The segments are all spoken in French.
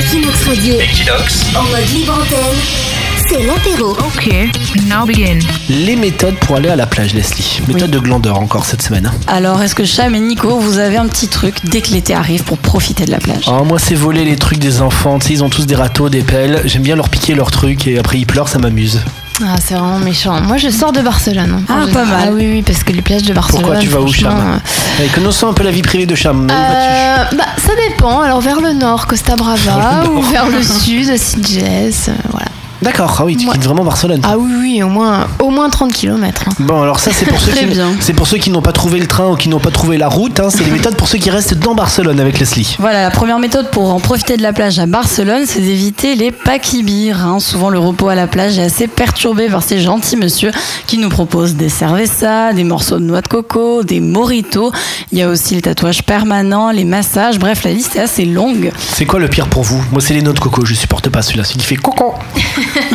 Equinox Radio, Equinox, en mode libre antenne, c'est l'apéro. Okay, now begin. Les méthodes pour aller à la plage, Leslie. Méthode de glandeur encore cette semaine. hein. Alors, est-ce que Cham et Nico, vous avez un petit truc dès que l'été arrive pour profiter de la plage Oh, moi, c'est voler les trucs des enfants. Tu sais, ils ont tous des râteaux, des pelles. J'aime bien leur piquer leurs trucs et après ils pleurent, ça m'amuse. Ah, c'est vraiment méchant. Moi, je sors de Barcelone. hein. Ah, En pas général. mal. Ah oui, oui, parce que les plages de Barcelone. Pourquoi tu vas où, franchement, Cham Et Connaissons un peu la vie privée de Cham. Où euh, vas-tu euh, bah, ça dépend. Alors, vers le nord, Costa Brava, ou vers le sud, à Sitges. euh, Voilà. D'accord, ah oui, tu moi- quittes vraiment Barcelone. toi. Ah oui, oui, au moins, au moins hein. 30 km. Bon, alors ça, c'est pour ceux Très qui, bien. c'est pour ceux qui n'ont pas trouvé le train ou qui n'ont pas trouvé la route. hein. C'est les méthodes pour ceux qui restent dans Barcelone avec Leslie. Voilà, la première méthode pour en profiter de la plage à Barcelone, c'est d'éviter les paquibires. hein. Souvent, le repos à la plage est assez perturbé par ces gentils messieurs qui nous proposent des cervezas, des morceaux de noix de coco, des moritos. Il y a aussi le tatouage permanent, les massages. Bref, la liste est assez longue. C'est quoi le pire pour vous Moi, c'est les noix de coco. Je supporte pas celui-là. Celui qui fait coco.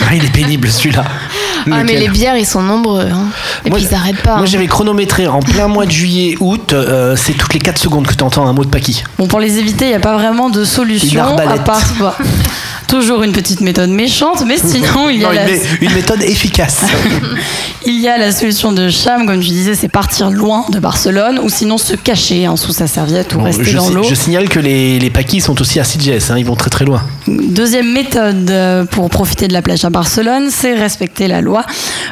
ah, il est pénible celui-là. Ah, mais Lequel les bières, ils sont nombreux. hein. Et Moi, puis, ils n'arrêtent pas. Ah. Moi, hein. j'avais chronométré en plein mois de juillet, août, euh, c'est toutes les 4 secondes que tu entends un mot de paquis. Bon, pour les éviter, il n'y a pas vraiment de Une solution à arbalète. part bah, toujours une petite méthode méchante, mais sinon, il y a Non, la... une, mé- une méthode efficace. Il y a la solution de Cham, comme tu disais, c'est partir loin de Barcelone ou sinon se cacher hein, sous sa serviette ou Bon, rester je, dans si- l'eau. je signale que les, les paquis sont aussi à CGS, hein, ils vont très très loin. Ah, Deuxième méthode euh, pour profiter de la plage à Barcelone, c'est respecter la loi.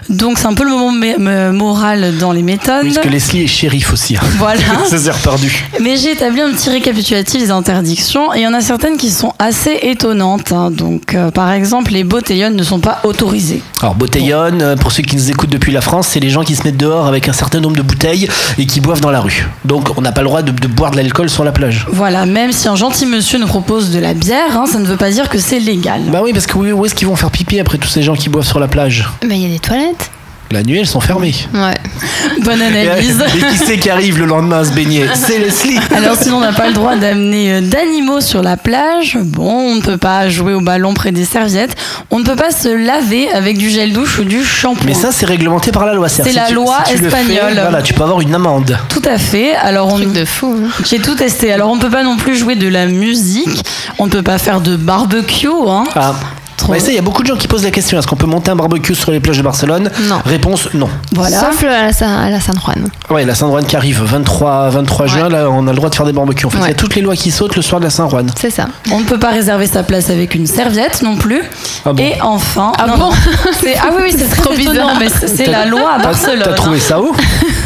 Donc c'est un peu le moment mé- me- moral dans les méthodes. Puisque Leslie est shérif aussi. hein. Voilà. Ça s'est reperdu. Mais j'ai établi un petit récapitulatif des interdictions et il y en a certaines qui sont assez étonnantes. hein. Donc euh, par exemple, les botellones ne sont pas autorisées. Alors, Botellone, euh, pour ceux qui nous écoutent depuis la France, c'est les gens qui se mettent dehors avec un certain nombre de bouteilles et qui boivent dans la rue. Donc, on n'a pas le droit de, de boire de l'alcool sur la plage. Voilà, même si un gentil monsieur nous propose de la bière, hein, ça ne veut pas dire que c'est légal. Bah oui, parce que oui, où est-ce qu'ils vont faire pipi après tous ces gens qui boivent sur la plage hein. Mais il y a des toilettes. La nuit, elles sont fermées. Ouais. Bonne analyse. Et qui c'est qui arrive le lendemain à se baigner C'est Leslie. Alors sinon on n'a pas le droit d'amener euh, d'animaux sur la plage. Bon, on ne peut pas jouer au ballon près des serviettes. On ne peut pas se laver avec du gel douche ou du shampoing. Mais ça, c'est réglementé par la loi. C'est-à-dire, C'est la tu- loi tu le fais, espagnole. voilà, tu peux avoir une amende. tout à fait. Alors on Truc de fou. hein. j'ai tout testé. Alors on ne peut pas non plus jouer de la musique. On ne peut pas faire de barbecue. Hein. Ah. Trop- Mais ça, il y a beaucoup de gens qui posent la question est-ce qu'on peut monter un barbecue sur les plages de Barcelone Non. Réponse non. Voilà. Sauf le- à la, Sa- à la San Juan. Ouais, la Saint-Juan qui arrive 23, 23 juin, là, on a le droit de faire des barbecues. En fait, il y a Ouais. toutes les lois qui sautent le soir de la Saint-Juan. C'est ça. On ne peut pas réserver sa place avec une serviette non plus. Ah bon Et enfin, Ah non, bon non, c'est- ah oui, oui, c'est Trop très étonnant, bizarre. mais c'est c'est T'as- la loi à T'as- Barcelone. T'as trouvé ça où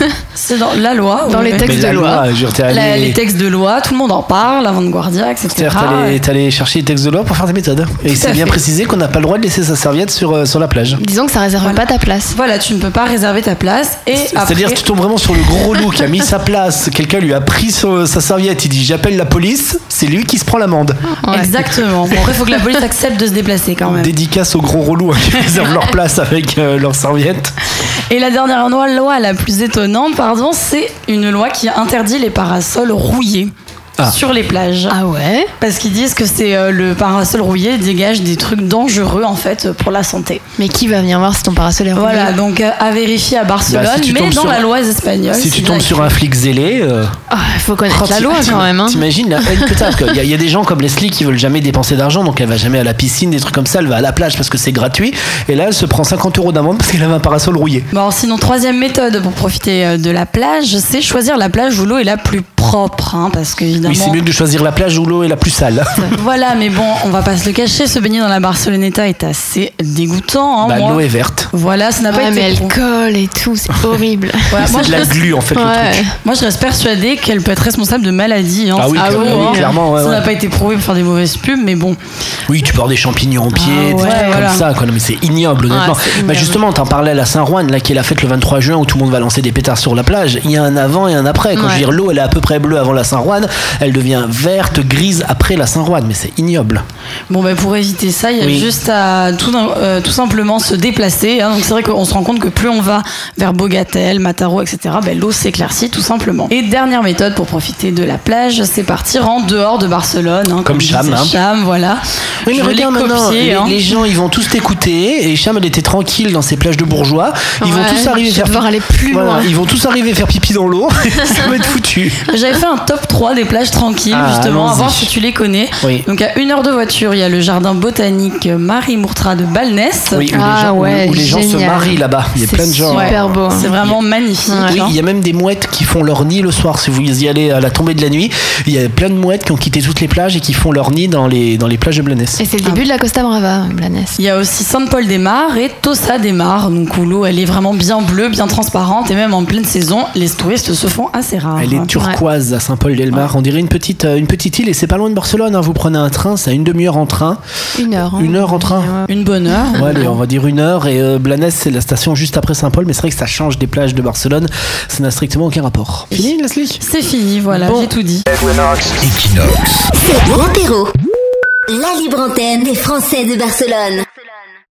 hein. C'est dans la loi. Dans oui, les oui. Texte Mais de la loi. loi, je veux dire, t'es La- allé- les textes de loi, tout le monde en parle, la Vanguardia, etc. c'est-à-dire, t'es allé- t'es allé chercher les textes de loi pour faire des méthodes. Et c'est à bien fait. précisé qu'on n'a pas le droit de laisser sa serviette sur, euh, sur la plage. Disons que ça réserve Voilà. pas ta place. Voilà, tu ne peux pas réserver ta place et après. C'est-à-dire, tu tombes vraiment sur le gros loup qui a mis sa place, quelqu'un lui a pris son- sa serviette, il dit j'appelle la police, c'est lui qui se prend l'amende. Ah, Ouais. Exactement. Bon, après, il faut que la police accepte de se déplacer quand même. Dédicace aux gros relous hein, qui réservent leur place avec euh, leur serviette. Et la dernière loi, loi la plus étonnante, pardon, c'est une loi qui interdit les parasols rouillés Ah. sur les plages. Ah ouais Parce qu'ils disent que c'est euh, le parasol rouillé dégage des trucs dangereux en fait pour la santé. Mais qui va venir voir si ton parasol est roulé Voilà, donc euh, à vérifier à Barcelone, Bah, si tu mais tombes dans sur- la loi espagnole. si tu c'est tombes direct. sur un flic zélé, euh, Ah, faut connaître oh, la t'im- loi t'im- quand même. hein. T'imagines la haine que t'as. parce que Il y, a- il y a des gens comme Leslie qui veulent jamais dépenser d'argent, donc elle va jamais à la piscine, des trucs comme ça, elle va à la plage parce que c'est gratuit. Et là, elle se prend 50 euros d'amende parce qu'elle avait un parasol rouillé. Bon, alors sinon, troisième méthode pour profiter euh, de la plage, c'est choisir la plage où l'eau est la plus propre, hein, parce qu'évidemment. Oui, c'est mieux de choisir la plage où l'eau est la plus sale. hein. Voilà, mais bon, on va pas se le cacher, se baigner dans la Barceloneta est assez dégoûtant. Hein, Bah, moi. l'eau est verte. Voilà, ça n'a pas Ouais, été. mais elle pro. colle et tout, c'est horrible. Voilà, moi, C'est de je la reste, glu en fait le truc. ouais. moi, je reste persuadée qu'elle peut être responsable de maladies. hein, Ah oui, c'est cla- fou, oui, hein. clairement, ouais, ça n'a ouais. pas été prouvé pour faire des mauvaises pubs, mais bon. Oui, tu portes des champignons au Ah pied, des ouais, trucs voilà. comme ça, quoi. Non, mais c'est ignoble, honnêtement. c'est ignoble. Bah, justement, t'en parlais à la Saint-Rouen, là, qui est la fête le 23 juin, où tout le monde va lancer des pétards sur la plage. Il y a un avant et un après. Quand je Ouais. veux dire, l'eau, elle est à peu près bleue avant la Saint-Rouen, elle devient verte, grise après la Saint-Rouen, mais c'est ignoble. Bon, bah, pour éviter ça, il y a Oui. juste à tout, d'un- euh, tout simplement se déplacer. hein. Donc, c'est vrai qu'on se rend compte que plus on va vers Bogatel, Mataro, etc., bah, l'eau s'éclaircit tout simplement. Et dernière méthode pour profiter de la plage, c'est partir en dehors de Barcelone. hein, Comme disait Cham, hein. Cham, voilà. Oui, mais Je l'ai regarde maintenant, copié, les, hein. les gens, ils vont tous t'écouter, et Cham, elle était tranquille dans ses plages de bourgeois. Ils vont Ouais, tous arriver je vais faire devoir aller plus Voilà, loin. ils vont tous arriver faire pipi dans l'eau, ça va être foutu. J'avais fait un top 3 des plages plages tranquilles, Ah, justement, à allons-y. voir si tu les connais. Oui. Donc à une heure de voiture, il y a le jardin botanique Marie Mourtra de Balnès. Oui, où les Ah gens, où- ouais, où les gens se génial. marient là-bas. Il y a C'est plein de gens. super beau. hein. C'est vraiment magnifique. Ouais. Oui, hein. il y a même des mouettes qui font leur nid le soir. Si vous y allez à la tombée de la nuit, il y a plein de mouettes qui ont quitté toutes les plages et qui font leur nid dans les, dans les plages de Blanès. Et c'est le début de la Costa Brava, Blanès. Il y a aussi Saint-Paul-des-Mares et Tossa-des-Mares, donc où l'eau elle est vraiment bien bleue, bien transparente et même en pleine saison, les touristes se font assez rares. Elle est turquoise à Saint-Paul-d'Elmar. On dirait une petite, euh, une petite île et c'est pas loin de Barcelone. hein. Vous prenez un train, c'est à une demi-heure en train. Une heure. hein. Une heure en train. Ouais. Une bonne heure. Ouais, allez, on va dire une heure et euh, Blanes c'est la station juste après Saint-Paul, mais c'est vrai que ça change des plages de Barcelone, ça n'a strictement aucun rapport. Fini Leslie C'est fini, voilà, Bon. j'ai tout dit. C'est l'apéro. La libre antenne des Français de Barcelone.